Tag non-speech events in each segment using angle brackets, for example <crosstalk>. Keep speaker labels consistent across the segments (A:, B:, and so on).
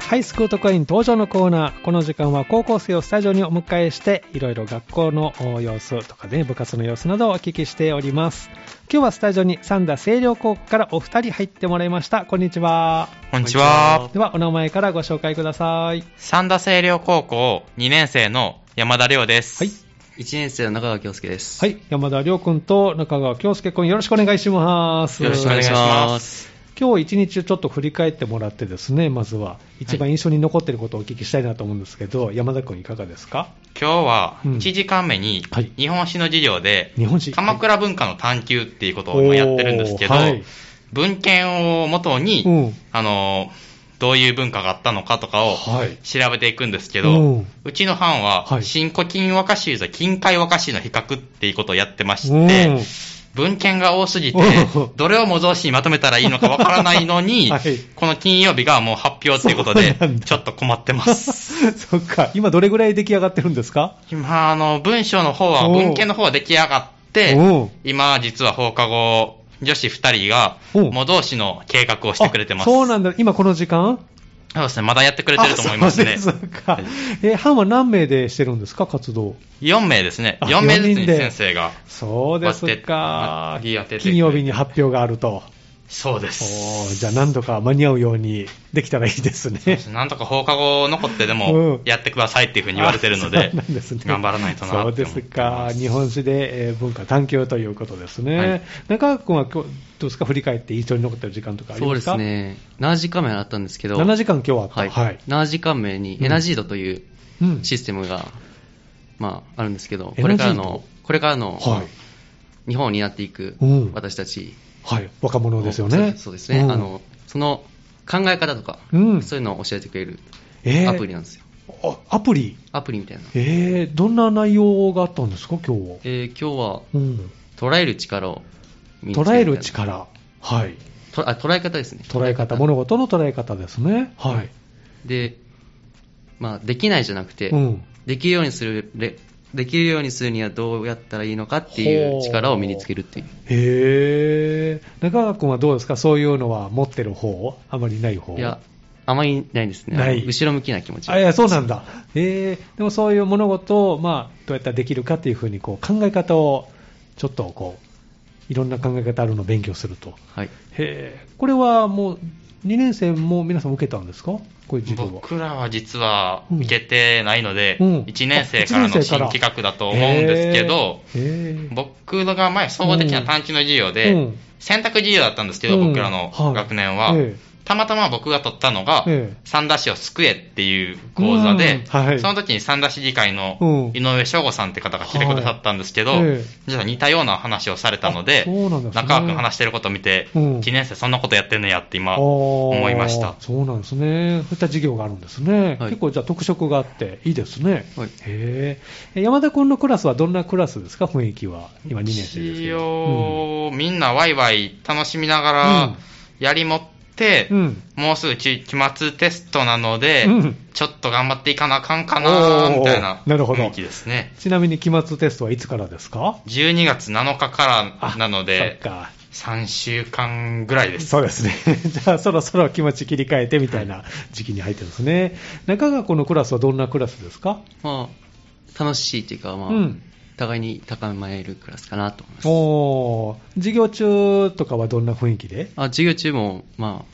A: ハイスクートコイン登場のコーナー。この時間は高校生をスタジオにお迎えして、いろいろ学校の様子とかね、部活の様子などをお聞きしております。今日はスタジオに三田清涼高校からお二人入ってもらいました。こんにちは。
B: こんにちは。
A: では、お名前からご紹介ください。
B: 三田清涼高校2年生の山田亮です。
A: はい。
C: 1年生の中川京介です。
A: はい、山田亮君と中川京介君、よろしくお願いします。
B: よろしくお願いし
C: ま
B: ます。
A: 今日一日ちょっと振り返ってもらってですね、まずは一番印象に残っていることをお聞きしたいなと思うんですけど、山田君いかがですか
B: 今日は
A: うん
B: 1時間目に
A: はい
B: 日本史の授業で
A: 日本史。
B: 鎌倉文化の探求っていうことを今やってるんですけど、
A: おーはい
B: 文献を元に、
A: うん
B: あの、どういう文化があったのかとかを
A: はい
B: 調べていくんですけど、
A: うん
B: うちの班は、
A: はい
B: 新古今和歌集と近海和歌集の比較っていうことをやってまし
A: うん
B: て、文献が多すぎて
A: おう、
B: どれを模造紙にまとめたらいいのかわからないのに、
A: <laughs> はい
B: この金曜日がもう発表っていうことで
A: そうなんだ、
B: ちょっと困って
A: <laughs>
B: ます。
A: <laughs> そっか、今どれぐらい出来上がってるんですか
B: 今、あの、文章の方は、
A: おう
B: 文献の方は出来上がって、
A: おう
B: 今、実は放課後、女子二人が、
A: おう
B: 模造紙の計画をしてくれてます。
A: あそうなんだ、今この時間
B: そうですね、まだやってくれてると思いますね
A: あ。そうですか
B: はい。
A: えー、班は何名でしてるんですか、活動。
B: 4名ですね。
A: あ
B: 4名ずつ
A: 四人
B: に
A: で
B: 先生が。
A: そうですか。
B: 割って割り当ててくれ
A: 金曜日に発表があると。
B: そうで
A: おー
B: す。
A: じゃあ何度か間に合うようにできたらいいですね。
B: なんとか放課後残ってで
A: う
B: も
A: ん、
B: やってくださいっていうふうに言われてるの
A: あ <laughs>
B: で
A: そうなんですね、
B: 頑張らないとなって思ってます。
A: そうですか。日本史で、えー文化探求ということですね。
B: はい
A: 中川君は今日、どうですか振り返って印象に残ってる時間とかあり
C: そう
A: ま
C: です
A: か
C: す。ね。7時間目あったんですけど、
A: 7時間今日はあった。
C: はい。7時間目に
A: うん
C: エナジードという
A: うん
C: システムが、まあ、あるんですけど、
A: エ
C: こ
A: ナジード
C: れからの、これからの、
A: はい
C: 日本を担っていく
A: うん
C: 私たち
A: はい。若者
C: の
A: ですよね。
C: そうですね。
A: ん
C: あの、その考え方とか、
A: うん
C: そういうのを教えてくれる
A: えー
C: アプリなんですよ。
A: あアプリ
C: アプリみたいな。
A: えー、どんな内容があったんですか今日は。
C: えー今日は、
A: うん。
C: 捉える力を身につけ
A: 捉える
C: みたいな
A: 力。はい。
C: とあ捉え方ですね。
A: 捉え方、物事の捉え方ですね。はい。
C: で、まあ、できないじゃなくて、
A: うん
C: できるようにするれ、できるようにするにはどうやったらいいのかってい
A: ほう
C: う力を身につけるっていう。
A: へー。中川君はどうですかそういうのは持ってる方あまりない方
C: いや、あまりないですね。
A: ない
C: あの後ろ向きな気持ち。
A: あいや、そうなんだ。えー、でもそういう物事を、まあ、どうやったらできるかっていうふうに、こう、考え方を、ちょっとこう、いろんな考え方あるのを勉強すると。
C: はい。
A: へーこれはもう、2年生も皆さん受けたんですかこういう授業は。
B: 僕らは実は受けてないので、
A: うん
B: 1年生からの新企画だと思うんですけど、
A: へーへー
B: 僕らが前、総合的な探知の授業で、
A: うん
B: 選択授業だったんですけど、
A: うん
B: 僕らの
A: はい
B: 学年は、
A: ええ
B: たまたま僕が取ったのが、
A: ええ
B: 三田市を救えっていう講座で、
A: うんはい
B: その時に三田市議会
A: うん
B: の井上翔吾さんって方が来てくださったんですけど、
A: はいええ
B: 実は似たような話をされたので、
A: あそうなんですね
B: 中川君話してることを見て、
A: うん
B: 1年生そんなことやってんのやって今、
A: あー
B: 思いました。
A: そうなんですね。そういった授業があるんですね。
C: はい
A: 結構じゃあ特色があって、いいですね。
C: はい
A: へーえ山田君のクラスはどんなクラスですか雰囲気は。今2年生ですけ
B: 一
A: ど。
B: 応、みんなワイワイ楽しみながら、やりもって、
A: うんうん
B: もうすぐ期期末テストなので、
A: うん
B: ちょっと頑張っていかなあかんかな、みたいな
A: おーなるほど
B: 雰囲気ですね。
A: ちなみに期末テストはいつからですか
B: 12月7日からなので、
A: そっか。
B: 3週間ぐらいです。
A: そうですね。 <laughs> じゃあそろそろ気持ち切り替えてみたいな時期に入ってますね。中川君のクラスはどんなクラスですか
C: まあ、楽しいっていうか、まあ、
A: うん
C: 互いに高め合えるクラスかなと思います。
A: おー授業中とかはどんな雰囲気で
C: あ授業中も、ま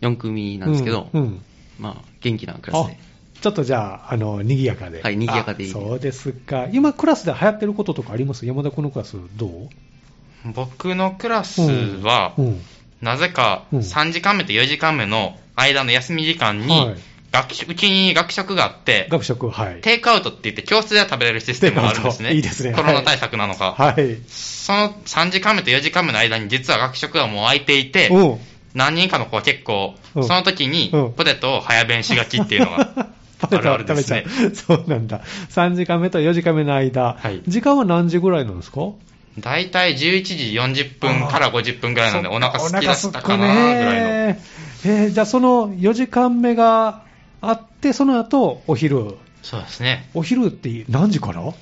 C: あ、4組なんですけど、
A: うんうん
C: まあ、元気なクラスで。
A: あちょっとじゃあ、あの、賑やかで。
C: はい賑やかでいい
A: あそうですか。今、クラスで流行ってることとかあります山田君のクラス、どう
B: 僕のクラスは、
A: うんうん
B: なぜか
A: うん
B: 3時間目と4時間目の間の休み時間
A: はい
B: に、学食、うちに学食があって、
A: 学食、はい。
B: テイクアウトって言って教室では食べれるシステムがあるんです
A: テ
B: ね。
A: イクアウトいいですね
B: コロナ対策なのか。
A: はい。
B: その3時間目と4時間目の間に実は学食はもう空いていて、
A: うん
B: 何人かの子は結構、
A: うん
B: その時に
A: うん
B: ポテトを早弁しがちっていうの
A: <laughs>
B: が
A: パテ
B: ある
A: ト
B: あ
A: 食べ
B: るです
A: ちゃ
B: ね
A: う。そうなんだ。3時間目と4時間目の間。
B: はい
A: 時間は何時ぐらいなんですか
B: 大体11時40分から50分ぐらいなんで、
A: そ
B: お
A: っか
B: 腹空きだしたか
A: お
B: な
A: 腹すくね
B: ぐらいの。
A: えーじゃあその4時間目があって、その後、お昼。
B: そうですね。
A: お昼って何時から
B: 12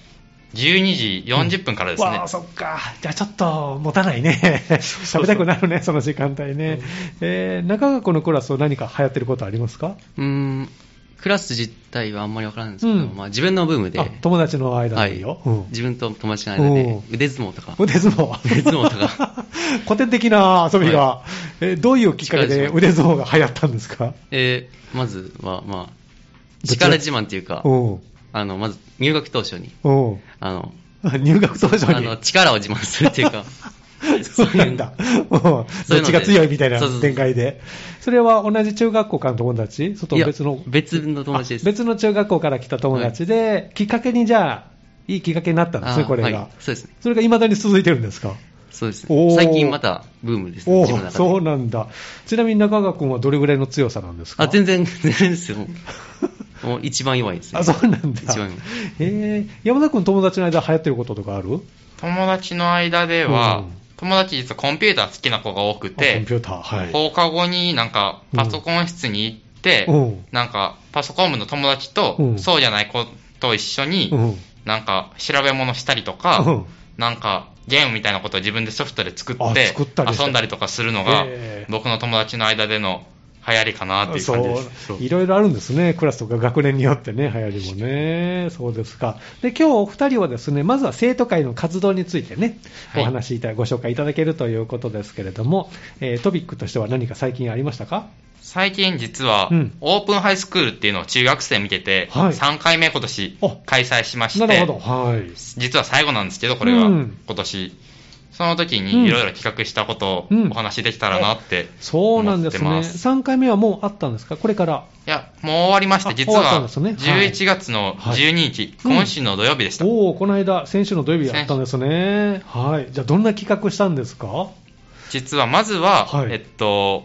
B: 時40分からですね
A: わあ、そっか。じゃあちょっと持たないね。食べたくなるね、その時間帯ね。えー中川君のクラスは何か流行ってることありますか
C: うーん、クラス自体はあんまりわからないんですけど、
A: うん
C: まあ、自分のブームで、
A: あ友達の間
C: は
A: でいい
C: い
A: よ。うん
C: 自分と友達の間で
A: お
C: 腕相撲とか、
A: 腕相撲。
C: 腕相撲とか
A: <laughs> 古典的な遊びが、えーどういうきっかけで
C: 力自慢
A: 腕相撲が流行ったんですか
C: えーまずは、まあ、
A: どちら
C: 力自慢というか、
A: おう
C: あのまず入学当初に、
A: おう
C: あの
A: あ入学当初
C: あ
A: に、
C: の。力を自慢するっていうか
A: <laughs> そうなんだ。おうどっ
C: そういうので
A: ちが強いみたいな
C: そうそうそう
A: 展開で。それは同じ中学校からの友達それと
C: い
A: も
C: や
A: 別の。
C: 別の友達です
A: あ別の中学校から来た友達で、きっかけにじゃあ、いいきっかけになったんですね、
C: あー
A: これが。
C: はいそうですね
A: それが未だに続いてるんですか
C: そうです
A: おー
C: ね。最近またブームですね、
A: お
C: 自分の
A: お、
C: 中で。
A: そうなんだ。ちなみに中川君はどれぐらいの強さなんですか
C: あ、全然、 <laughs> 全然
A: <laughs>
C: ですよ。もう一番弱いですね。
A: あ、そうなんだ
C: 一番。
A: えー、山田君友達の間流行ってることとかある
B: 友達の間では、
A: うん
B: 友達実はコンピューター好きな子が多
A: あコ
B: く
A: ン
B: て
A: ピ、ューター。はい。
B: 放課後になんかパソコン室に行って、
A: うん
B: なんかパソコン部の友達と、
A: うん
B: そうじゃない子と一緒に、
A: うん。
B: なんか調べ物したりとか、
A: うん
B: なんかゲームみたいなことを自分でソフトで作って
A: あ作ったりして
B: 遊んだりとかするのが
A: へー
B: 僕の友達の間での流行りかなっていう感じです。
A: そういろいろあるんですね、クラスとか学年によってね、流行りもね、そうですか、で今日お二人はですねまずは生徒会の活動についてね、
B: はい
A: お話しいただご紹介いただけるということですけれども、えートピックとしては何か最近ありましたか
B: 最近実は、
A: うん
B: オープンハイスクールっていうのを中学生見てて、
A: はい
B: 3回目今年
A: あ
B: 開催しまし
A: なる
B: て
A: ほど、はい、
B: 実は最後なんですけどこれは、
A: うん
B: 今年その時
A: うん
B: にいろいろ企画したこと
A: う
B: を
A: ん
B: お話しできたらなって、
A: そうなんですね、
B: 思ってます
A: 3回目はもうあったんですか、これから、
B: いやもう終わりまし
A: あ
B: て実
A: 終わったん
B: は
A: ですねはい
B: 11月の12日、
A: はいうん
B: 今週の土曜日でした、
A: おお、この間、先週の土曜日やったんですね、はい、じゃあ、どんな企画したんですか、
B: 実はまずは、
A: はい
B: えっと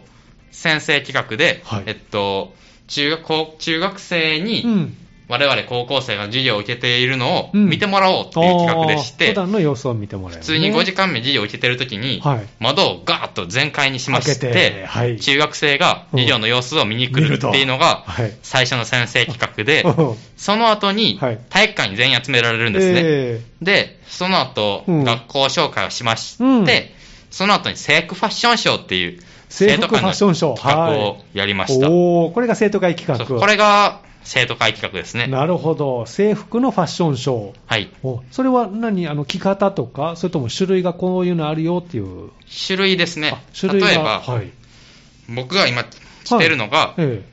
B: 先生企画で、
A: はい
B: えっと中学高中学生に、
A: うん、
B: 我々高校生が授業を受けているのを
A: うん
B: 見てもらおうっていう企画でし
A: あー
B: て、
A: 普段の様子を見てもらえる、
B: 普通に5時間目授業を受けてる時に、
A: はい
B: 窓をガーッと全開にしまして、
A: 開けてはい
B: 中学生が授業の様子を見に来るっていうのが
A: はい
B: 最初の先生企画
A: <laughs>
B: で、
A: うん
B: その後に
A: はい
B: 体育館に全員集められるんですね。
A: <laughs> え
B: で、その後、
A: うん
B: 学校紹介をしまして、
A: うん
B: その後に制服ファッションショーっていう
A: 制服ファッションショー
B: 生徒会の企画
A: は
B: をやりました。
A: おーこれが生徒会企画。
B: そうこれが生徒会企画ですね。
A: なるほど。制服のファッションショー。
B: はい。
A: おそれは何あの、着方とか、それとも種類がこういうのあるよっていう。
B: 種類ですね
A: あ。種類が
B: 例えば、
A: はい。
B: 僕が今着てるのが、
A: え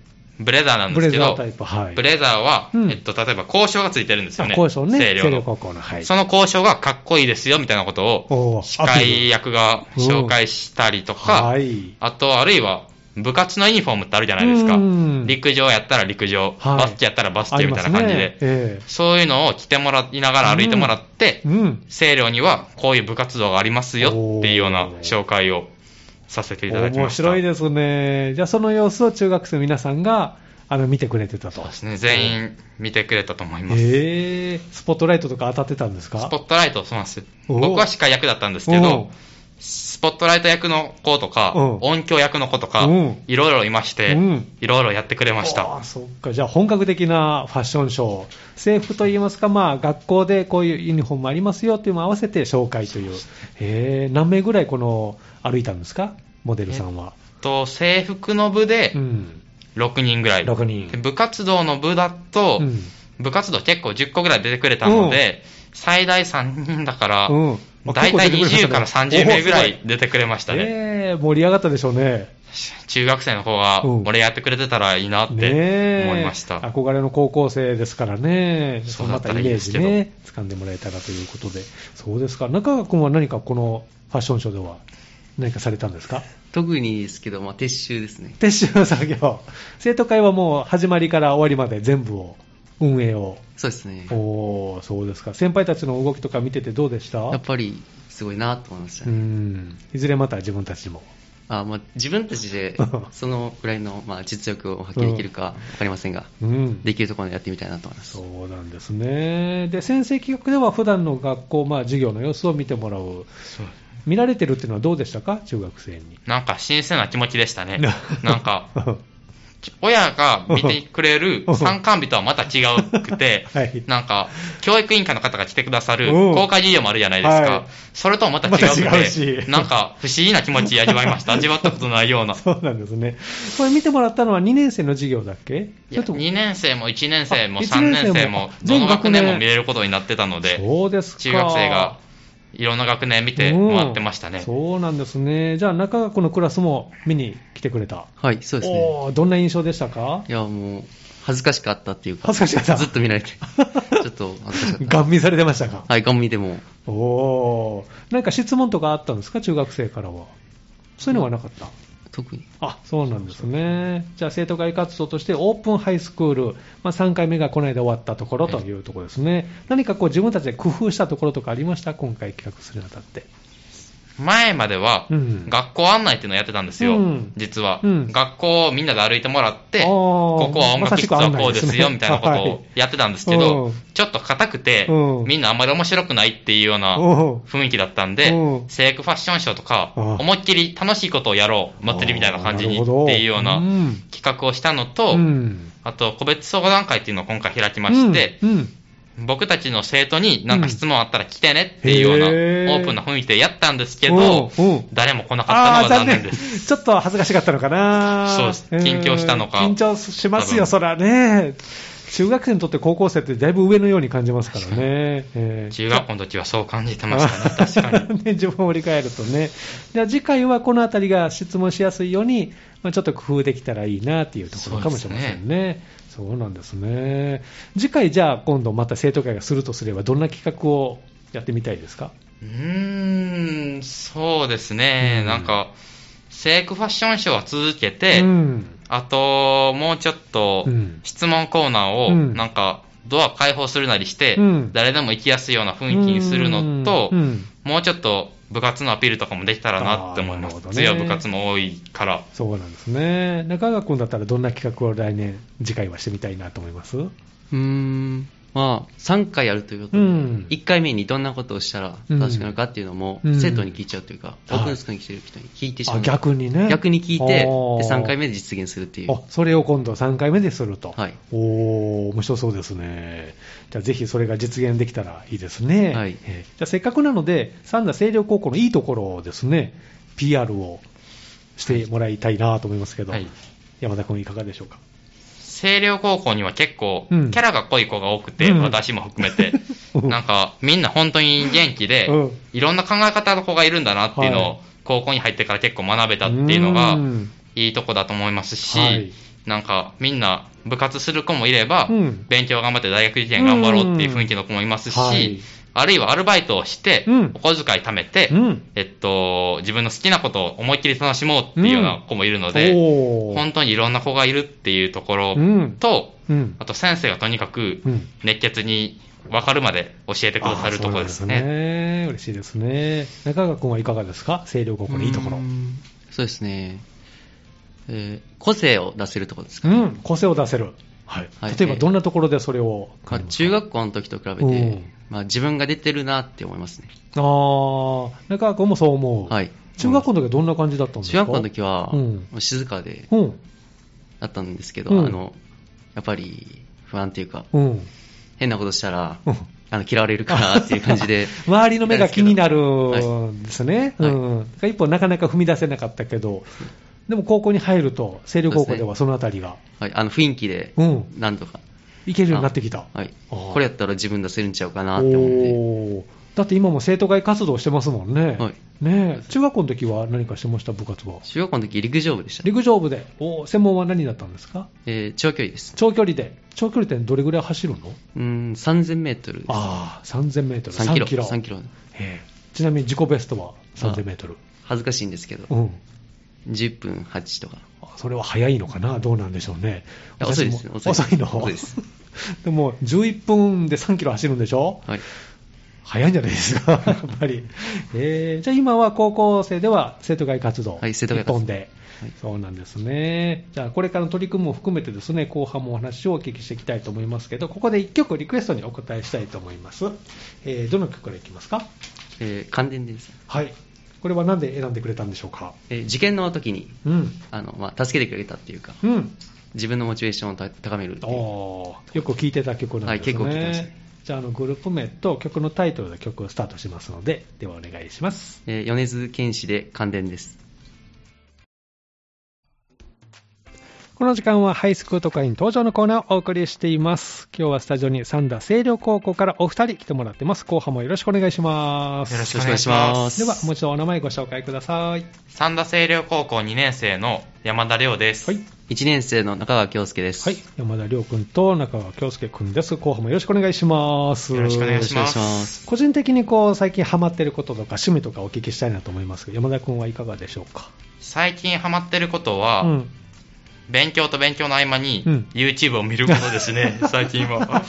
B: ブレザーな
A: え
B: ん
A: ブ
B: です
A: レザ
B: け
A: ー
B: ど、
A: タイプ。はい。
B: ブレザーは、
A: うん
B: えっと、例えば交渉がついてるんですよね。
A: あ、こうでしょうね。
B: 清涼の
A: 高校の。はい。
B: その交渉がかっこいいですよ、みたいなことを、
A: おー
B: 司
A: アピール
B: 会役が紹介したりとか、
A: はい。
B: あと、あるいは、部活のユニフォームってあるじゃないですか
A: うん。
B: 陸上やったら陸上、
A: はい
B: バスケやったらバスケみたいな感
A: ありま
B: じ
A: すね
B: で、
A: え
B: そういうのを着てもらいながら歩いてもらって
A: え、うん。
B: 清涼にはこういう部活動がありますよっていうような
A: おー
B: 紹介をさせていただきま
A: 面
B: した。
A: 白いですね。じゃあ、その様子を中学生の皆さんが、あの、見てくれてたと。
B: ね。全員見てくれたと思います。
A: ええスポットライトとか当たってたんですか
B: スポットライト、そうなんです。
A: おー
B: 僕は司会役だったんですけ
A: うん
B: ど、スポットライト役の子とか
A: うん、
B: 音響役の子とか
A: うん、
B: いろいろいまして
A: うん、
B: いろいろやってくれまし
A: あ
B: た
A: あ。そっか。じゃあ本格的なファッションショー。制服といいますか、まあ学校でこういうユニフォームありますよっていうのも合わせて紹介という。へえ、何名ぐらいこの歩いたんですかモデルさんは。
B: と、制服の部で
A: う、ん。
B: 6人ぐらい。
A: 6人
B: で部活動の部だと、
A: うん。
B: 部活動結構10個ぐらい出てくれたので、最大3人だから、
A: うんあ
B: 大体
A: 結構出てくれました
B: 20
A: ね
B: から30名ぐら
A: おーす
B: い出てくれましたね。
A: ええ盛り上がったでしょうね。
B: 中学生の子が、
A: うん
B: 俺やってくれてたらいいなって
A: ねえ
B: 思いました。
A: 憧れの高校生ですからね。
B: そう
A: のま
B: だったた
A: イ
B: らいい
A: メー
B: です
A: ジ
B: けど
A: ね、掴んでもらえたらということで。そうですか。中川君は何かこのファッションショーでは何かされたんですか
C: 特にですけど、まあ、撤収ですね。
A: 撤収作業、生徒会はもう始まりから終わりまで全部を、運営を、
C: そうですね。
A: おーそうですか、先輩たちの動きとか見ててどうでした
C: やっぱり、すごいなと思いました
A: う
C: ね。
A: んいずれまた自分たちも、
C: あまあ、自分たち
A: <laughs>
C: でそのぐらいの、まあ、実力を発揮できるか分かりませんが、
A: うん、
C: できるところでやってみたいなと思います。
A: そうなんですね、で先生企画では普段の学校、まあ、授業の様子を見てもらう、見られてるっていうのはどうでしたか、中学生に。 <laughs>
B: なんか新鮮な気持ちでしたね。なんか、親が見てくれ
A: <laughs>
B: る
A: うん、
B: 参観日とはまた違うくて
A: <laughs> はい
B: なんか、教育委員会の方が来てくださる
A: うん
B: 公開授業もあるじゃないですか。
A: はい
B: それともまた違うくて、
A: また違うし
B: <laughs> なんか不思議な気持ち味わい
A: <laughs>
B: ました。味わったことないような。
A: そうなんですね。これ見てもらったのは2年生の授業だっけ
B: いや
A: ちょっと
B: 2年生も1年生も
A: あ
B: 3年生も、
A: 一年生も
B: どの学年
A: 全学年
B: も見れることになってたので、
A: そうですか。
B: 中学生がいろんな学年見て回ってました
A: う
B: ね
A: ん。そうなんですね。じゃあ中学のクラスも見に来てくれた。
C: はい、そうですね。
A: おーどんな印象でしたか
C: いや、もう、恥ずかしかったっていうか、
A: <laughs> 恥ずかしかった
C: ずっと見られて、 <laughs> ちょっと恥ずかしかっ
A: ガン見されてましたか
C: た。はい、ガン見ても、
A: おーなんか質問とかあったんですか中学生からは。そういうのはなかった、
C: 特に。
A: あそうなんですね、じゃあ生徒会活動としてオープンハイスクール、まあ、3回目がこの間終わったところというところですね、何かこう自分たちで工夫したところとかありました、今回企画するにあたって。
B: 前までは
A: うん、
B: 学校案内っていうのをやってたんですよ、
A: うん
B: 実は、
A: うん
B: 学校をみんなで歩いてもらって、
A: あー
B: ここは音楽室はこうです
A: ま
B: よ、
A: さしく案内ですね
B: みたいなこと
A: はい
B: をやってたんですけど、
A: うん
B: ちょっと硬くて、
A: うん
B: みんなあんまり面白くないっていうような
A: おう
B: 雰囲気だったんで
A: うん、
B: 制服ファッションショーとか、
A: あー
B: 思いっきり楽しいことをやろう、祭りみたいな感じに
A: あ
B: っ
A: ーなるほど
B: ていうようなん企画をしたのと、
A: うん
B: あと個別相談会っていうのを今回開きまして、
A: うんうん
B: 僕たちの生徒になんか質問あったら来てねっていうような
A: うんへー
B: オープンな雰囲気でやったんですけ
A: お
B: ど
A: うおう、
B: 誰も来なか
A: あ
B: っ
A: あー
B: た
A: 残
B: のが残念
A: 念
B: です。
A: ちょっと恥ずかしかったのかな、
B: そうです緊張したのか
A: うん緊張しますよ、
B: 多
A: そらね、中学生にとって高校生ってだいぶ上のように感じますからね、えー
B: 中学校の時はそう感じてま
A: <laughs>
B: したね、確かに。
A: ね自分を振り返るとね。じゃあ次回はこのあたりが質問しやすいように、まあ、ちょっと工夫できたらいいなっていうところかもしれませんね。そうなんですね。次回じゃあ今度また生徒会がするとすれば、どんな企画をやってみたいですか
B: うーん、そうですね
A: う、ん
B: なんか、セークファッションショーは続けて、
A: うん。
B: あと、もうちょっと
A: うん、
B: 質問コーナーを、
A: うん
B: なんか、ドア開放するなりして、
A: うん
B: 誰でも行きやすいような雰囲気にするのと、
A: うんうん
B: もうちょっと部活のアピールとかもできたらなって思いま
A: あーなる
B: す。
A: ほどね
B: 強い部活も多いから。
A: そうなんですね。中川君だったらどんな企画を来年、次回はしてみたいなと思います
C: うーん、まあ、3回やるということ
A: う
C: で、
A: ん
C: 1回目にどんなことをしたら正しくなるかっていうのも、
A: うん
C: 生徒に聞いちゃうというか、
A: はい
C: オープンスクールに来てる人に聞いてしま
A: あ
C: う。
A: 逆にね。
C: 逆に聞いて、で
A: おー
C: 3回目で実現するっていう。
A: あそれを今度3回目ですると、
C: はい
A: おー、面白そうですね、じゃあぜひそれが実現できたらいいですね、
C: はい
A: えーじゃあせっかくなので、三田清涼高校のいいところをですね、PR をしてもらいたいなと思いますけど、
B: はい
A: 山田君、いかがでしょうか。
B: 星稜高校には結構、キ
A: うん
B: ャラが濃い子が多くて、
A: うん、
B: 私も含めて
A: <laughs> うん
B: なんか、みんな本当に元気で、
A: うん
B: いろんな考え方の子がいるんだなっていうのを、
A: はい
B: 高校に入ってから結構学べたっていうのが
A: う、ん
B: いいとこだと思いますし、
A: はい
B: なんか、みんな部活する子もいれば、
A: うん
B: 勉強頑張って大学受験頑張ろうっていう雰囲気の子もいますし、
A: うんはい
B: あるいはアルバイトをして、
A: うん
B: お小遣い貯めて、
A: うん
B: えっと、自分の好きなことを思いっきり楽しもうっていうような子もいるので、
A: おー
B: 本当にいろんな子がいるっていうところ
A: うん
B: と、
A: うん
B: あと先生がとにかく
A: うん
B: 熱血に分かるまで教えてくださるところです
A: あーそう
B: ね。
A: なんですね嬉しいですね。中川君はいかがですか、清涼高校のいいところ
C: うー。んそうですね、えー個性を出せるところですか
A: う
C: ね、
A: ん、個性を出せる。はい
C: はい
A: 例えばどんなところでそれを
C: ま
A: 感
C: あ
A: じますか
C: 中学校の時と比べ
A: う
C: て
A: ん、
C: まあ、自分が出てるなって思いますね、
A: ああ、中川君もそう思う。
C: はい、
A: 中学校の時はどんな感じだったんですか
C: 中学校の時は、
A: うん
C: もう静かで
A: うん。
C: だったんですけど、
A: うん
C: あのやっぱり不安というか、
A: うん。
C: 変なことしたら、
A: うん、
C: あの嫌われるかなっていう感じで
A: <laughs> 周りの目が気になる
C: はい
A: んですね。
C: はい
A: うん。一歩なかなか踏み出せなかったけど、でも高校に入ると、清涼高校ではそのあたりが、
C: はい、あの雰囲気で
A: うん、
C: なんとか、
A: いけるようになってきた。
C: はい、
A: あー
C: これやったら自分出せるんちゃうか
A: お
C: なって思って、
A: ーだって今も生徒会活動してますもんね。
C: はい
A: ねえ中学校の時は何かしてました、部活は。
C: 中学校の時陸上部でした、
A: 陸上部で。おー専門は何だったんですか
C: えー長距離です、
A: 長距離で。長距離ってどれぐらい走るの
C: うーん3000メートルです、
A: ああ、3000メートル、
C: 3
A: 3
C: キロ、
A: キロ。
C: 3キロ
A: ええちなみに自己ベストは3000メートル。
C: 恥ずかしいんですけど、
A: うん。
C: 10分8とか。
A: あそれは早いのかなどうなんでしょうね。
C: いや遅いですね
A: 私も
C: 遅い
A: 遅いの
C: 遅いです。
A: <laughs> でも、11分で3キロ走るんでしょ
C: はい。
A: 早いんじゃないですか、や <laughs> っぱり。えー、じゃあ今は高校生では生徒会活動。
C: はい生徒会活動
A: 一本で。
C: はい
A: そうなんですね。じゃあこれからの取り組みも含めてですね、後半もお話をお聞きしていきたいと思いますけど、ここで1曲リクエストにお答えしたいと思います。えー、どの曲からいきますか
C: えー感電です。
A: はい。これは何で選んでくれたんでしょうか
C: えー受験の時に、
A: うん。
C: あの、まあ、助けてくれたっていうか、
A: うん。
C: 自分のモチベーションをた高めるっていう
A: おーよく聴いてた曲なんですね。
C: はい結構聴いてましたね
A: じゃあ、あの、グループ名と曲のタイトルで曲をスタートしますので、ではお願いします。
C: えー米津玄師で感電です
A: この時間はハイスクール特派員登場のコーナーをお送りしています。今日はスタジオに三田清涼高校からお二人来てもらってます。後半もよろしくお願いします。
B: よろ
C: よ
B: し
C: ろしくお願いしま
A: ですは、もう一度お名前ご紹介ください。
B: 三田清涼高校2年生の山田亮です。
A: はい。
C: 1年生の中川京介です、
A: はい、山田亮君と中川京介君です。後半もよろしくお願いします。
B: よろしくお願いします
C: よろくお願いし
A: 個人的にこう最近ハマってることとか趣味とかお聞きしたいなと思いますけど、山田君はいかがでしょうか。
B: 最近ハマってることは、
A: うん、 <laughs>
B: 勉強と勉強の合間に
A: うん
B: YouTube を見ることで
A: <laughs>
B: すね、最近は。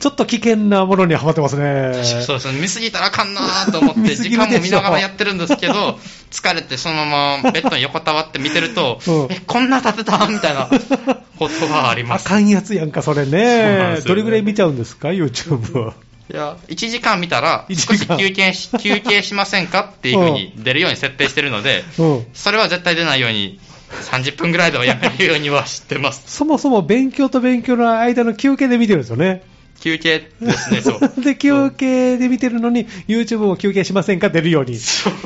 A: ちょっと危険なものにはまってますね。
B: そうそう、見すぎたらあかんなーと思って、
A: <laughs> 見過
B: 時
A: ぎるでしょ、
B: 間も見ながらやってるんですけど、疲れてそのままベッドに横たわって見てると
A: うん
B: え、こんな立てたみたいなことはありま
A: あ
B: す。
A: かんやつやんか、それ
B: そうなん
A: ね
B: で。すよね
A: どれぐらい見ちゃうんですか、YouTube を。
B: いや、1時間見たら、
A: 一
B: 少
A: 時
B: し
A: 間
B: 休憩し、
A: <laughs>
B: 休憩しませんかっていうふうに出るように設定してるので、
A: うん。
B: それは絶対出ないように、30分ぐらいではやめるようにはしてます。
A: そもそも勉強と勉強の間の休憩で見てるんですよね。
B: 休憩ですね、そう。
A: <laughs> で、休憩で見てるのに、YouTube も休憩しませんか出るように。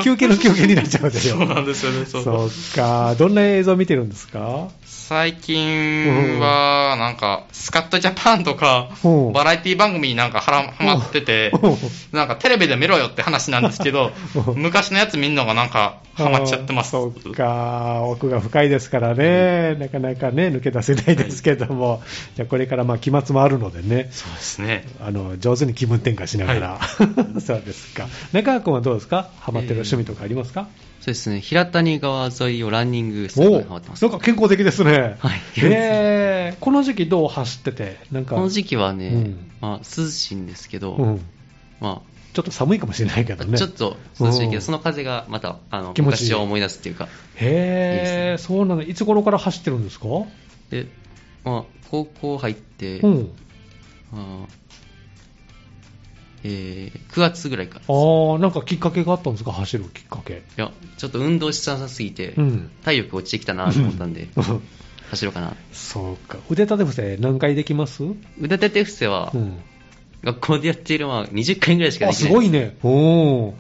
A: 休憩の休憩になっちゃうんですよ。
B: そうなんですよね、そう。
A: そうか、どんな映像見てるんですか
B: 最近は、なんか、スカットジャパンとか
A: うん、
B: バラエティ番組になんかはらはまってて
A: うん、
B: なんかテレビで見ろよって話なんですけど
A: う、ん
B: 昔のやつ見んのがなんか、ハマっちゃってます。
A: あーそうか、奥が深いですからね、なかなかね、抜け出せないですけども、じゃあこれからまあ期末もあるのでね。
B: そうですね。
A: あの上手に気分転換しながら、 <laughs> そうですか中川君はどうですかハマってる趣味とかありますか、
C: そうですね平谷川沿いをランニングすることにハマって
A: お
C: ます
A: なんか健康的ですね、
C: はい
A: えーこの時期どう走っててなんか
C: この時期はね、
A: うん
C: まあ、涼しいんですけど、
A: うん、
C: ま
A: ちょっと寒いかもしれないけ
C: あ
A: どね
C: ちょっと涼しいけ
A: うん
C: ど、その風がまたあの
A: 気持ちいい
C: 昔を思い出すっていうか、いいです
A: へえ、
C: ね
A: そうなの、いつ頃から走ってるんですか、
C: でまあ、高校入って、
A: うん、
C: まあえー9月ぐらいからです、い
A: ああ、なんかきっかけがあったんですか、走るきっかけ。
C: やちょっと運動しなさすぎて、
A: うん
C: 体力落ちてきたなと思ったんで、走ろうかな、
A: <laughs> そうか、腕立て伏せ、何回できます、うん、
C: 腕立て伏せは、学校でやっているのは20回ぐらいしか
A: あ
C: でき
A: す
C: ない
A: ごいね、おー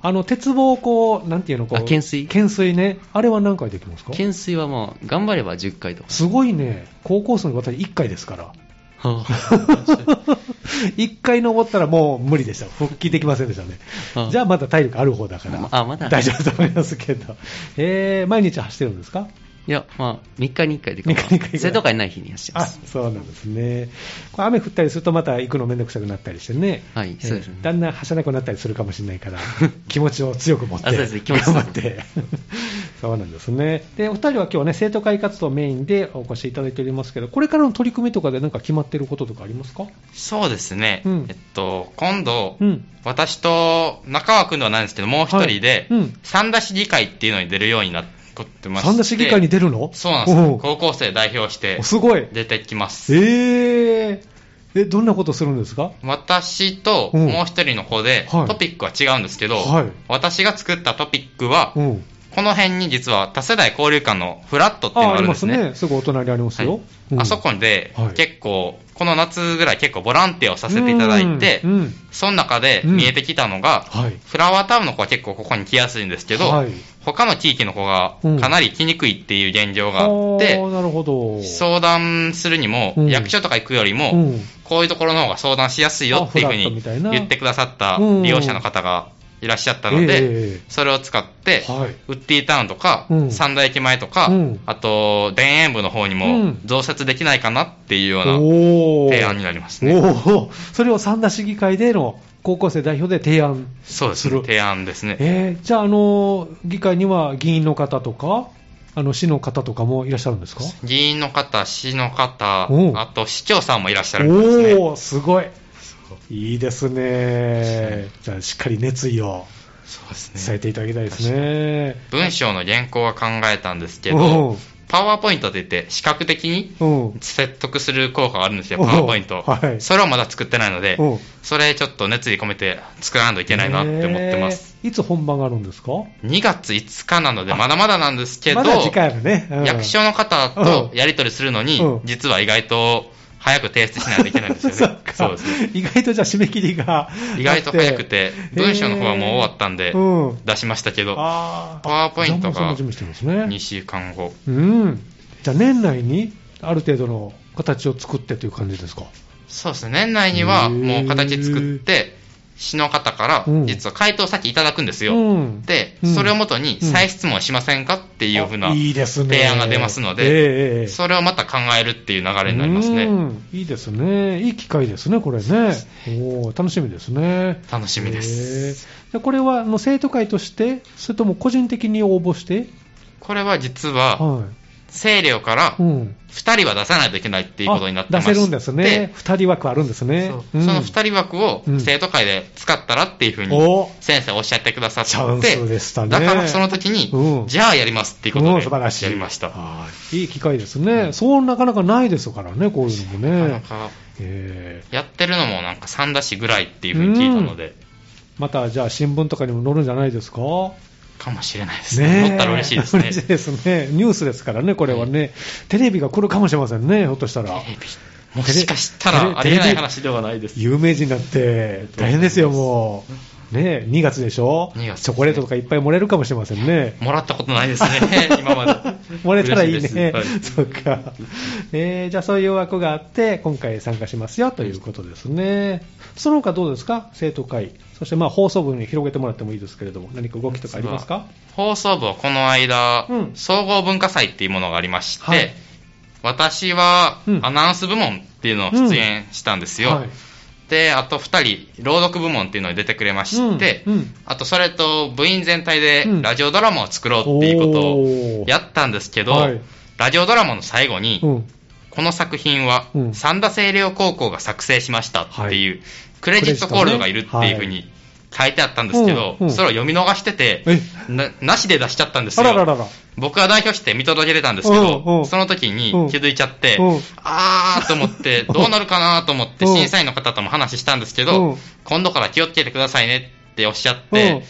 A: あの鉄棒をこう、なんていうのこう
C: あ懸垂
A: 懸垂ね、あれは何回できますか
C: 懸垂はもう頑張れば10回と。
A: すごいね、高校生の方1回ですから、
C: は
A: <laughs> 1回登ったらもう無理でした、復帰できませんでしたね
C: あ、
A: じゃあまだ体力ある方だから、
C: あまだ
A: 大丈夫だと思いますけど、えー、毎日走ってるんですか
C: あ <laughs> いや、まあ、3日に1回と
A: 三日に一回ぐらい
C: いうか、生徒会ない日に走って
A: あ
C: ます。
A: そうなんですね、これ雨降ったりするとまた行くのめんどくさくなったりしてね、
C: はいそうですね
A: だんだん走らなくなったりするかもしれない
C: <laughs>
A: から、気持ちを強く持って、
C: あそうですね気持ち
A: 頑張って、 <laughs> そうなんですね、でお二人は今日はね、生徒会活動メインでお越しいただいておりますけど、これからの取り組みとかで、なんか決まってることとかありますか
B: そうですね。
A: うん
B: えっと、今度、
A: うん
B: 私と中川君ではないんですけど、もう一人で、
A: はいうん
B: 三田市議会っていうのに出るようになってまして。
A: 三田市議会に出るの
B: そうなんですよ
A: おう
B: 高校生代表して
A: おすごい、
B: 出てきます。
A: えー、えどんなことするんですか
B: 私ともう一人の子で、
A: うんはい
B: トピックは違うんですけど、
A: はい
B: 私が作ったトピックは、
A: うん、
B: この辺に実は多世代交流館のフラットっていうの
A: あ
B: があ
A: あ
B: る
A: り
B: ん
A: ま
B: ですすね。
A: ね、すぐお隣にありますよ、
B: はい
A: うん
B: あそこで
A: はい
B: 結構、この夏ぐらい結構ボランティアをさせていただいて、
A: うんうん
B: その中で見えてきたのが、
A: はい
B: フラワータウンの子は結構ここに来やすいんですけど、
A: はい
B: 他の地域の子が
A: うん
B: かなり来にくいっていう現状があって、
A: ーなるほど。
B: 相談するにも、
A: うん
B: 役所とか行くよりも、
A: うん
B: こういうところの方が相談しやすいよっていうふう
A: あフラットみたい
B: に
A: な
B: 言ってくださった
A: うん
B: 利用者の方がいらっしゃったので、
A: ええ
B: それを使って、
A: はい
B: ウッディタウンとか、
A: うん
B: 三大駅前とか、
A: うん
B: あと田園部の方に
A: う
B: も
A: ん
B: 増設できないかなっていうような
A: おー
B: 提案になりますね。
A: おーそれを三田市議会での高校生代表で提案。
B: そうです
A: する
B: ね、提案ですね。
A: えーじゃあ、あの、議会には議員の方とか、あの、市の方とかもいらっしゃるんですか
B: 議員の方、市の方、
A: うん
B: あと市長さんもいらっしゃるみたいですね。
A: おおーすごい。いいですね。じゃあ、しっかり熱意を
B: そうです
A: 伝え
B: ね。
A: ていただきたいですね。
B: 文章の原稿は考えたんですけ
A: うん
B: ど、パワーポイントって言って視覚的に
A: うん。
B: 説得する効果があるんですよ、
A: おう
B: パワーポイント。
A: はい
B: それをまだ作ってないので
A: おう、
B: それちょっと熱意込めて作らないといけないなって思ってます。
A: いつ本番があるんですか
B: 2月5日なので、まだまだなんですけど、
A: まだ時間あるね。うん
B: 役所の方とやり取りするのに、
A: うん
B: 実は意外と早く提出しないといけないんですよね。
A: <laughs> そっか
B: そうですね。
A: 意外とじゃあ締め切りが。
B: 意外と早くて
A: あっ、
B: 文章の方はもう終わったんで、
A: うん。
B: 出しましたけど、パ
A: あー
B: ワーポイント
A: じゃあも
B: が
A: うそんな準備してるんですね
B: 2週間後。
A: うん、じゃあ年内にある程度の形を作ってという感じですか。
B: そうですね。年内にはもう形作っ
A: へ
B: て、市の方から
A: うん、
B: 実は回答先いただくんですよ。
A: うん
B: で
A: う、ん
B: それをもとに
A: うん
B: 再質問しませんかっていうふうな、
A: あいいですね
B: 提案が出ますので
A: ええええ
B: それをまた考えるっていう流れになります
A: う
B: ね。
A: んいいですね。いい機会ですね、これね。おー楽しみですね。
B: 楽しみです
A: へー。でこれはあの生徒会として、それとも個人的に応募して、
B: これは実は、
A: は
B: 清涼から
A: い。うん。
B: 2人は出さないといけないっていうことになってま
A: あ
B: して
A: 出せるんですね。二人枠あるんですね
B: そう。
A: うん
B: その2人枠を
A: うん
B: 生徒会で使ったらっていうふうに
A: お
B: 先生おっしゃってくださっ
A: チャン
B: て、
A: スでしたね
B: だからその時に、
A: うん
B: じゃあやりますっていうこ
A: う
B: と
A: ん素晴らし
B: で
A: い
B: やりました。
A: はいいい機会ですね、そうなかなかないですからね、こういうのもね。
B: なんか
A: え
B: やってるのもなんか3だしぐらいっていうふうに聞いたので、
A: ーまたじゃあ、新聞とかにも載るんじゃないですか。
B: かもしれないですね。
A: え
B: 思ったら嬉しいですね。
A: 嬉しいですねニュースですからね、これはね、テレビが来るかもしれませんね、ひょっとしたら。
B: テレビもしかしたらありえない話ではないです。
A: 有名人なんて大変ですよ、もう。ねえ、2月でしょ
B: 2月ですね
A: チョコレートとかいっぱいもらえるかもしれませんね。
B: もらったことないですね、今まで。
A: <laughs> もらえたらいい
B: 嬉しで
A: ね。
B: すはい
A: そっか。えーじゃあそういう枠があって、今回参加しますよということですね。その他どうですか生徒会。そしてまあ放送部に広げてもらってもいいですけれども、何か動きとかありますか
B: 放送部はこの間、
A: うん
B: 総合文化祭っていうものがありまして、
A: はい
B: 私は
A: うん
B: アナウンス部門っていうのを出演したんですよ。
A: はい。
B: で、あと2人、朗読部門っていうのに出てくれまして、
A: うんうん
B: あとそれと部員全体で
A: うん
B: ラジオドラマを作ろうっていうこと
A: お
B: を
A: ー
B: やったんですけど、
A: はい
B: ラジオドラマの最後に、
A: うん。
B: この作品は
A: うん
B: 三田清涼高校が作成しましたっていうクレジットコールがいるっていうふうに書いてあったんですけ
A: うんうん
B: ど、それを読み逃してて
A: え、
B: ななしで出しちゃったんです
A: あらら
B: よ。
A: らら。
B: 僕は代表して見届けれたんですけ
A: うんうん
B: ど、その時に気づいちゃって
A: うん、
B: あーと思
A: <laughs>
B: って、どうなるかなと思って
A: うん
B: 審査員の方とも話したんですけ
A: うん
B: ど、今度から気をつけてくださいねっておっしゃっ
A: うん
B: て、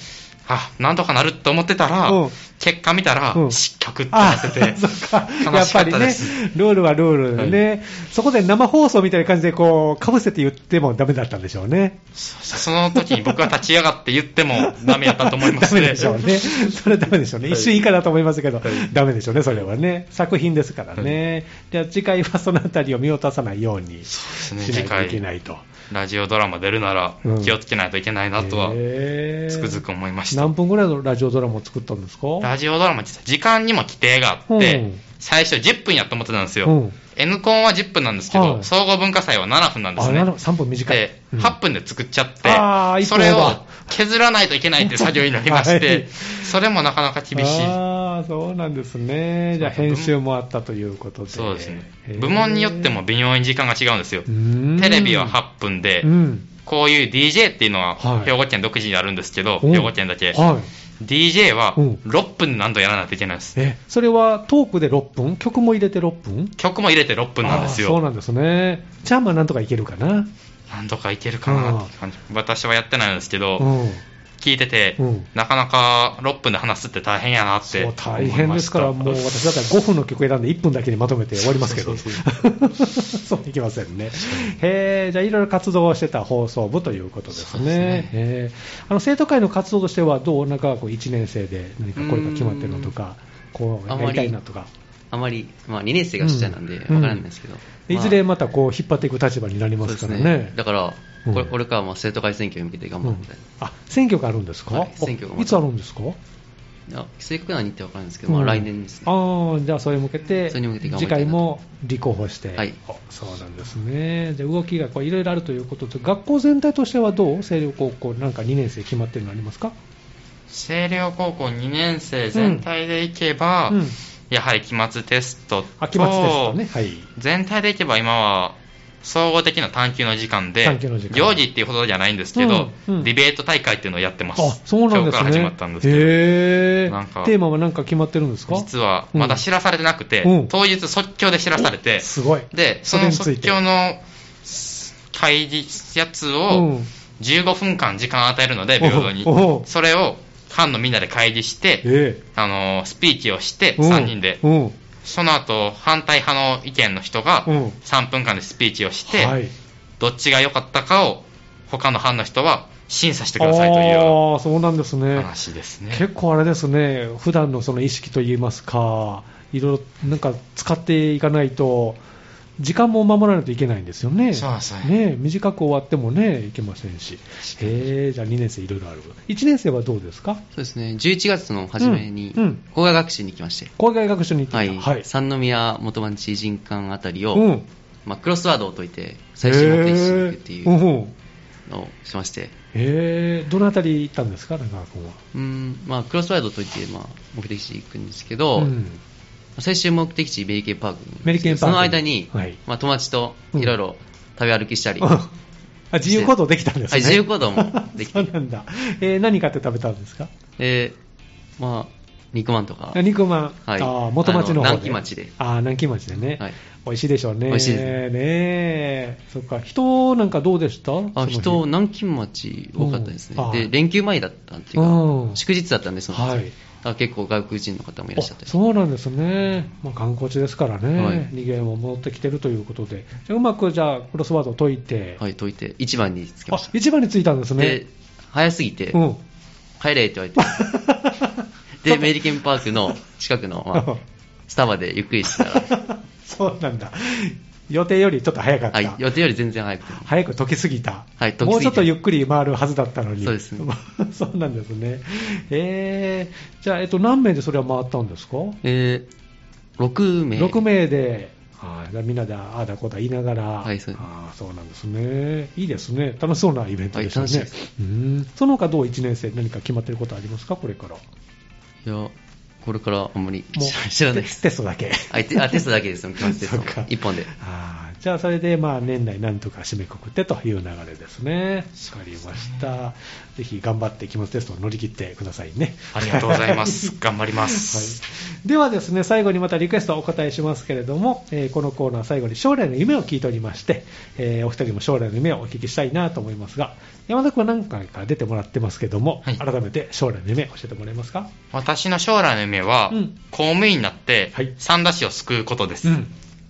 B: あ、なんとかなると思ってたら
A: うん、
B: 結果見たら
A: うん
B: 失格ってな
A: あ、
B: ってて
A: <laughs> そっか。や
B: 悲
A: っ
B: しか
A: ぱ
B: っ
A: り
B: た
A: ね
B: です、
A: ルールはルールでね、そこで生放送みたいな感じでこう、かぶせて言ってもダメだったんでしょうね。
B: その時に僕は立ち上がって言ってもダメやったと思い
A: <laughs>
B: ま
A: ダ
B: すね。
A: メでしょうね。それはダメでしょうね。
B: はい
A: 一瞬以下だと思いますけど、
B: はい
A: ダメでしょうね、それはね。作品ですからね。じゃあ次回はそのあたりを見落とさないようにし
B: そう
A: な
B: で
A: い
B: す
A: と
B: ね、次
A: いけな
B: 回、
A: いと。
B: ラジオドラマ出るなら
A: うん
B: 気をつけないといけないなとは、
A: へー
B: つくづく思いました。
A: 何分ぐらいのラジオドラマを作ったんですか
B: ラジオドラマ実は時間にも規定があって、
A: うん
B: 最初10分やと思ってたんですよ。
A: うん
B: N コンは10分なんですけど、
A: はい
B: 総合文化祭は7分なんです
A: あ、な
B: ね
A: る。ほど3分短い
B: で。、
A: うん
B: 8分で作っちゃって、
A: あー一
B: そ
A: 本だ
B: れを削らないといけないっていう作業になりまして、
A: <laughs> はい
B: それもなかなか厳しい。
A: ああ、そうなんですね。じゃあ
B: そうです
A: 編
B: ね
A: 集もあったということで。
B: そうですね
A: へ。ー
B: 部門によっても、微妙に時間が違うんですよ。
A: うん
B: テレビは8分で、
A: うん。
B: こういう DJ っていうのは
A: はい
B: 兵庫県独自にあるんですけど、
A: うん
B: 兵庫県だ
A: は
B: け。
A: い。
B: DJ は
A: うん
B: 6分何度やらないといけないです。
A: え、それはトークで6分曲も入れて6分
B: 曲も入れて6分なんです
A: あーそう
B: よ。
A: なんですね。じゃあまあなんとかいけるかな。
B: 何度かいけるかなって感じ。私はやってないんですけ
A: う
B: ど、
A: ん。
B: 聞いてて
A: うん、
B: なかなか6分で話すって大変やなって
A: そ
B: 思
A: う
B: いました。
A: 大変ですから、もう私だったら5分の曲選んで1分だけにまとめて終わりますけど、
B: <laughs> そ
A: そうう
B: そ
A: <laughs> いきませんね。へえじゃあ、いろいろ活動をしてた放送部ということです
B: そう
A: ね。
B: ですね
A: へえあの生徒会の活動としては、どう、なんかこう1年生で何かこれが決まってるのとか、こうや
C: あまり
A: りたいなとか、
C: あまり、まあ、2年生が主者なんで、わ
A: うん
C: からないんですけど、
A: でいずれまたこう引っ張っていく立場になり
C: ま
A: ま
C: あ
A: す
C: そうで
A: か
C: す
A: ら
C: ね
A: ね。
C: だから、
A: うん
C: これこれからはまあ生徒会選挙に向けて頑
A: う
C: 張る
A: ん
C: みたいな、
A: あ選挙があるんですか、
C: はい選挙がまた
A: いつあるんですか
C: いや正確な日程は分からないんですけど、まあ、来年ですね、
A: ああ、じゃあそれに向けて、
C: それに向けて頑張
A: 次
C: りたいな
A: 回
C: と
A: も立候補して、
C: はい
A: おそうなんですね、じゃあ動きがこういろいろあるということで、学校全体としてはどう、星稜高校、なんか2年生決まってるのありますか、
B: 清涼高校2年生全体でいけば、
A: うん、
B: やはり期末テストと、
A: 秋松ですかね、はい、
B: 全体でいけば今は総合的な探究の時間で
A: 探究の時間
B: 行事っていうほどじゃないんですけど、
A: うんうん
B: ディベート大会っていうのをやってます
A: あそうなんですね、
B: 今日から始まったんですけど
A: へー
B: なんか
A: テーマはなんか決まってるんですか、
B: 実はまだ知らされてなくて、
A: うん
B: 当日即興で知らされて、
A: すごい、
B: でそ
A: れ
B: の
A: につい
B: 即
A: て
B: 興の会議やつ
A: う
B: を
A: ん
B: 15分間時間を与えるので、平等に
A: おお。
B: それを、班のみんなで会議して、
A: え
B: あのースピーチをして、
A: えうん
B: 3人で。
A: うん。
B: その後、反対派の意見の人が
A: うん、
B: 3分間でスピーチをして、
A: はい。
B: どっちが良かったかを、他の班の人は審査してくださいというよ
A: ああ、そうなんです
B: うな
A: ね。
B: 話ですね。
A: 結構あれですね、普段のその意識といいますか、いろいろなんか使っていかないと、時間も守らないといけないんですよね。
B: そうなんですよ
A: ね短く終わってもね、いけませんし。へえ、じゃあ2年生いろいろある。1年生はどうですか
C: そうですね、11月の初めに
A: うんうん、
C: 校外学習に行きまして、
A: 校外学習に行って
C: は
A: きた。
C: い、三宮元町人館あたりを、
A: うん。
C: まあ、クロスワードを解いて、最新を提出していくってい
A: へえ
C: う
A: うんうん
C: のをしまして、
A: へえ、どのあたり行ったんですか、長川君は。
C: うん、まあ、クロスワードを解いて、まあ、目的地行くんですけ
A: う
C: ど、
A: ん
C: 最終目的地メリケンパークなんですけど
A: メリケンパーク
C: その間に、
A: はい
C: まあ、友達といろいろ食べ歩きしたり、
A: <laughs> あ自由行動できたんですね。
C: はい自由行動もできて
A: <laughs> そうなんだ。えー何買って食べたんですか
C: でまあ、肉まんとか
A: あ肉まん、
C: は
A: あ
C: い
A: ー元町の方
C: あの南京町で
A: あー南京町でね、
C: はい
A: 美味しいでしょうね。
C: 美味しいです
A: ね
C: ね
A: えそっか、人なんかどうでした
C: あ
A: その
C: 人
A: 日
C: 南京町多かったです
A: うん
C: ね
A: あ
C: で連休前だったっていう
A: うん
C: か祝日だったんでその時、
A: はい
C: あ結構外国人の方もいらっしゃった
A: あ
C: り
A: そうなんですね、まあ、観光地ですからね、
C: はい
A: 逃げも戻ってきてるということで、じゃあうまくじゃあ、クロスワードを解いて、
C: はい解いて一番につけま
A: あ
C: した
A: 一番に着いたんです
C: で
A: ね。
C: 早すぎて、
A: うん、
C: 帰れって言われて
A: <laughs>
C: でメリケンパークの近くの、 <laughs> まあスタバでゆっくりしてたら
A: <laughs> そうなんだ、予定よりちょっと早かった。
C: はい予定より全然早くて
A: 早く解きすぎた、
C: はい解きすぎた
A: もうちょっとゆっくり回るはずだったのに、
C: そうです
A: <laughs> そうなんですね、えー、じゃあ、えっと、何名でそれは回ったんですか、
C: えー、6名。
A: 6名で、はいみんなでああだこうだ言いながら、
C: はいそうです
A: あーそうなんですね、いいですね、楽しそうなイベントでしたね、
C: はい楽しいです
A: うんその他どう1年生、何か決まってることありますか、これから。も
C: いや、これからあんまり
A: う
C: 知ら知らな
A: <laughs>
C: いです。
A: テテストだけ。
C: あテあテストだけで
A: <laughs>
C: すよ、期末テス
A: そ
C: ト
A: うか。
C: 一本で。
A: あーじゃあ、それで、まあ、年内なんとか締めくくってという流れですね。わかりました。ぜひ頑張って期末テストを乗り切ってくださいね。
B: ありがとうございます。頑張ります。
A: <laughs> はい、ではですね、最後にまたリクエストをお答えしますけれども、えーこのコーナー最後に将来の夢を聞いておりまして、えーお二人も将来の夢をお聞きしたいなと思いますが、山田君は何回か出てもらってますけども、
B: はい
A: 改めて将来の夢教えてもらえますか
B: 私の将来の夢は、
A: うん
B: 公務員になって、
A: はい
B: 三田市を救うことです。
A: うん。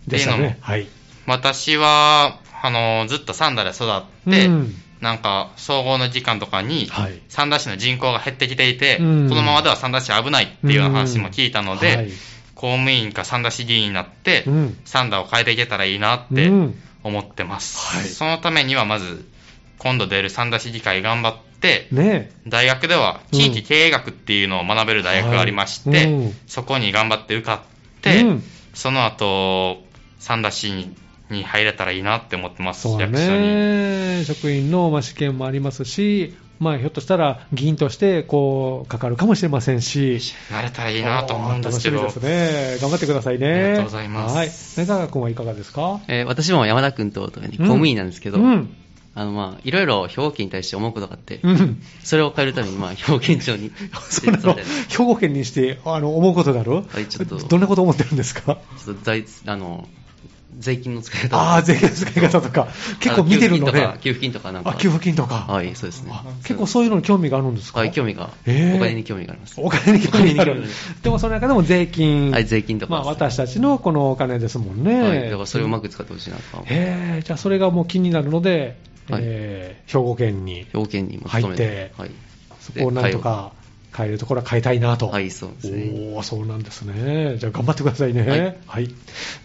A: でした
B: っていうの
A: ね
B: も。
A: はい。
B: 私は、あの、ずっと三田で育って、
A: うん
B: なんか、総合の時間とかに
A: はい、
B: 三田市の人口が減ってきていて、
A: うん
B: このままでは三田市危ないっていうような話も聞いたので、
A: うんはい
B: 公務員か三田市議員になって、
A: うん
B: 三田を変えていけたらいいなって
A: うん
B: 思ってます。
A: はい
B: そのためには、まず、今度出る三田市議会頑張って、
A: ね
B: 大学では地域経営学っていうのを学べる大学がありまして、
A: はいうん
B: そこに頑張って受かっ
A: え。
B: て、
A: うん
B: その後三田市にに入れたらいいなって思ってます
A: そうだ
B: 役所に
A: ね、職員のまあ試験もありますし、まあ、ひょっとしたら議員としてこうかかるかもしれませんし、
B: なれたらいいなと思うんですけ
A: あー
B: ど
A: 楽しみですね。頑張ってくださいね。
B: ありがとうございます
A: はい。中川君はいかがですか
C: えー私も山田君と共に公務員なんですけど、
A: うん。
C: あの、まあ、いろいろ兵庫県に対して思うことがあって、 <laughs>
A: うん。
C: それを変えるために、まあ、兵庫県庁に
A: <laughs> そうな
C: ちょ
A: の
C: っと
A: 兵庫県にして、あの、思うことがある
C: はいちょっと
A: どんなこと思ってるんですか
C: ちょっと財、あの、税金の使い方とか
A: ああ、税金の使い方とか、結構見てるの
C: あ
A: ね。
C: 給付金とか、給付金とかなんか。
A: あ、給付金とか。
C: はい、そうですね
A: あ。結構そういうのに興味があるんですか
C: はい、興味が、
A: えー
C: お金に興味があります。
A: お金に興味があ
C: お
A: る
C: 金に興味が。
A: <laughs> でもその中でも税金。
C: はい税金とか
A: まあ私たちのこのお金ですもん
C: はい、
A: ね。
C: だからそれをうまく使ってほしいなとか、兵
A: へえ、じゃあそれがもう気になるので、
C: はい
A: えー兵庫県に、
C: 庫県にも勤めて、
A: 入
C: はい。
A: そこをなんとか変えるところは変えたいなと。
C: はいそうですね
A: おーそうなんですね。じゃあ頑張ってくださいね。は
C: はいい。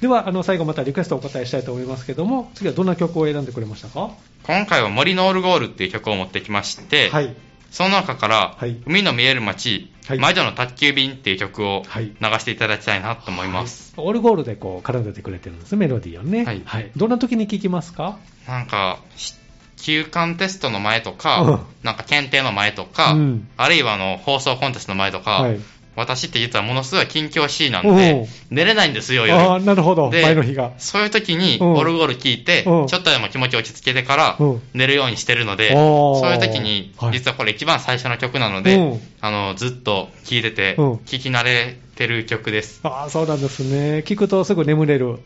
A: では、あの、最後またリクエストをお答えしたいと思いますけども、次はどんな曲を選んでくれましたか
B: 今回は「森のオルゴール」っていう曲を持ってきまして、
A: はい。
B: その中から「
A: はい
B: 海の見える街、
A: はい
B: 魔女の宅急便」っていう曲を
A: はい
B: 流していただきたいなと思います、
A: オルゴールでこう絡んでてくれてるんですメロディーをね。
B: はい
A: どんな時に聴きますか
B: なんかし休館テストの前と
A: うん
B: か、なんか検定の前とか、
A: うん
B: あるいはあの放送コンテストの前とか、
A: はい
B: 私って実はものすごい緊張しいなんで、寝れないんですよ、夜。
A: ああ、なるほど。
B: で
A: 前の日が。
B: そういう時に
A: うん
B: オルゴール聞いて、ち
A: う
B: ょ
A: ん
B: っとでも気持ち落ち着けてから
A: うん
B: 寝るようにしてるので、
A: おー
B: そういう時に
A: はい、
B: 実はこれ一番最初の曲なの
A: う
B: で
A: ん、
B: あの、ずっと聴いてて、
A: うん
B: 聴き慣れてる曲です。
A: ああ、そうなんですね。聞くとすぐ眠れる。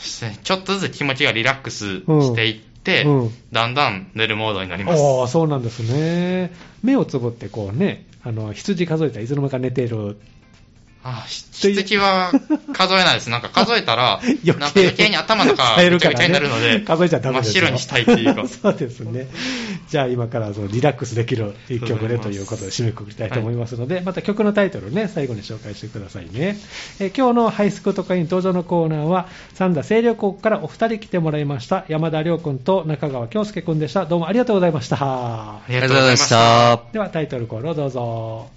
B: そしてちょっとずつ気持ちがリラックスしていっって、
A: うん
B: だんだん寝るモードになります。
A: おーそうなんですね。目をつぶって、こうね、あの、羊数えたらいつの間にか寝てる。、
B: あ、筆は数えないです。なんか数えたら <laughs>
A: <laughs>
B: なんか余計に頭の中
A: 変え
B: ぐ
A: る
B: ちゃ
A: か
B: ぐちゃ
A: ら
B: に
A: ね
B: なるので、
A: 数えちゃダメ
B: 真っ
A: ですよ
B: 白にしたいっていう
A: <laughs>
B: か。
A: そうですね。じゃあ今からそのリラックスできる一曲でということで締めくくりたいと思いますので、また曲のタイトルね、最後に紹介してくださいね。えー今日のハイスクート会員登場のコーナーは、三田清涼高校からお二人来てもらいました。山田亮君と中川京介君でした。どうもありがとうございました。
B: あ
C: りがとうございまし。た。
A: ではタイトルコールをどうぞ。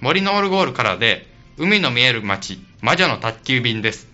B: 森のオルゴールからで、海の見える街、魔女の宅急便です。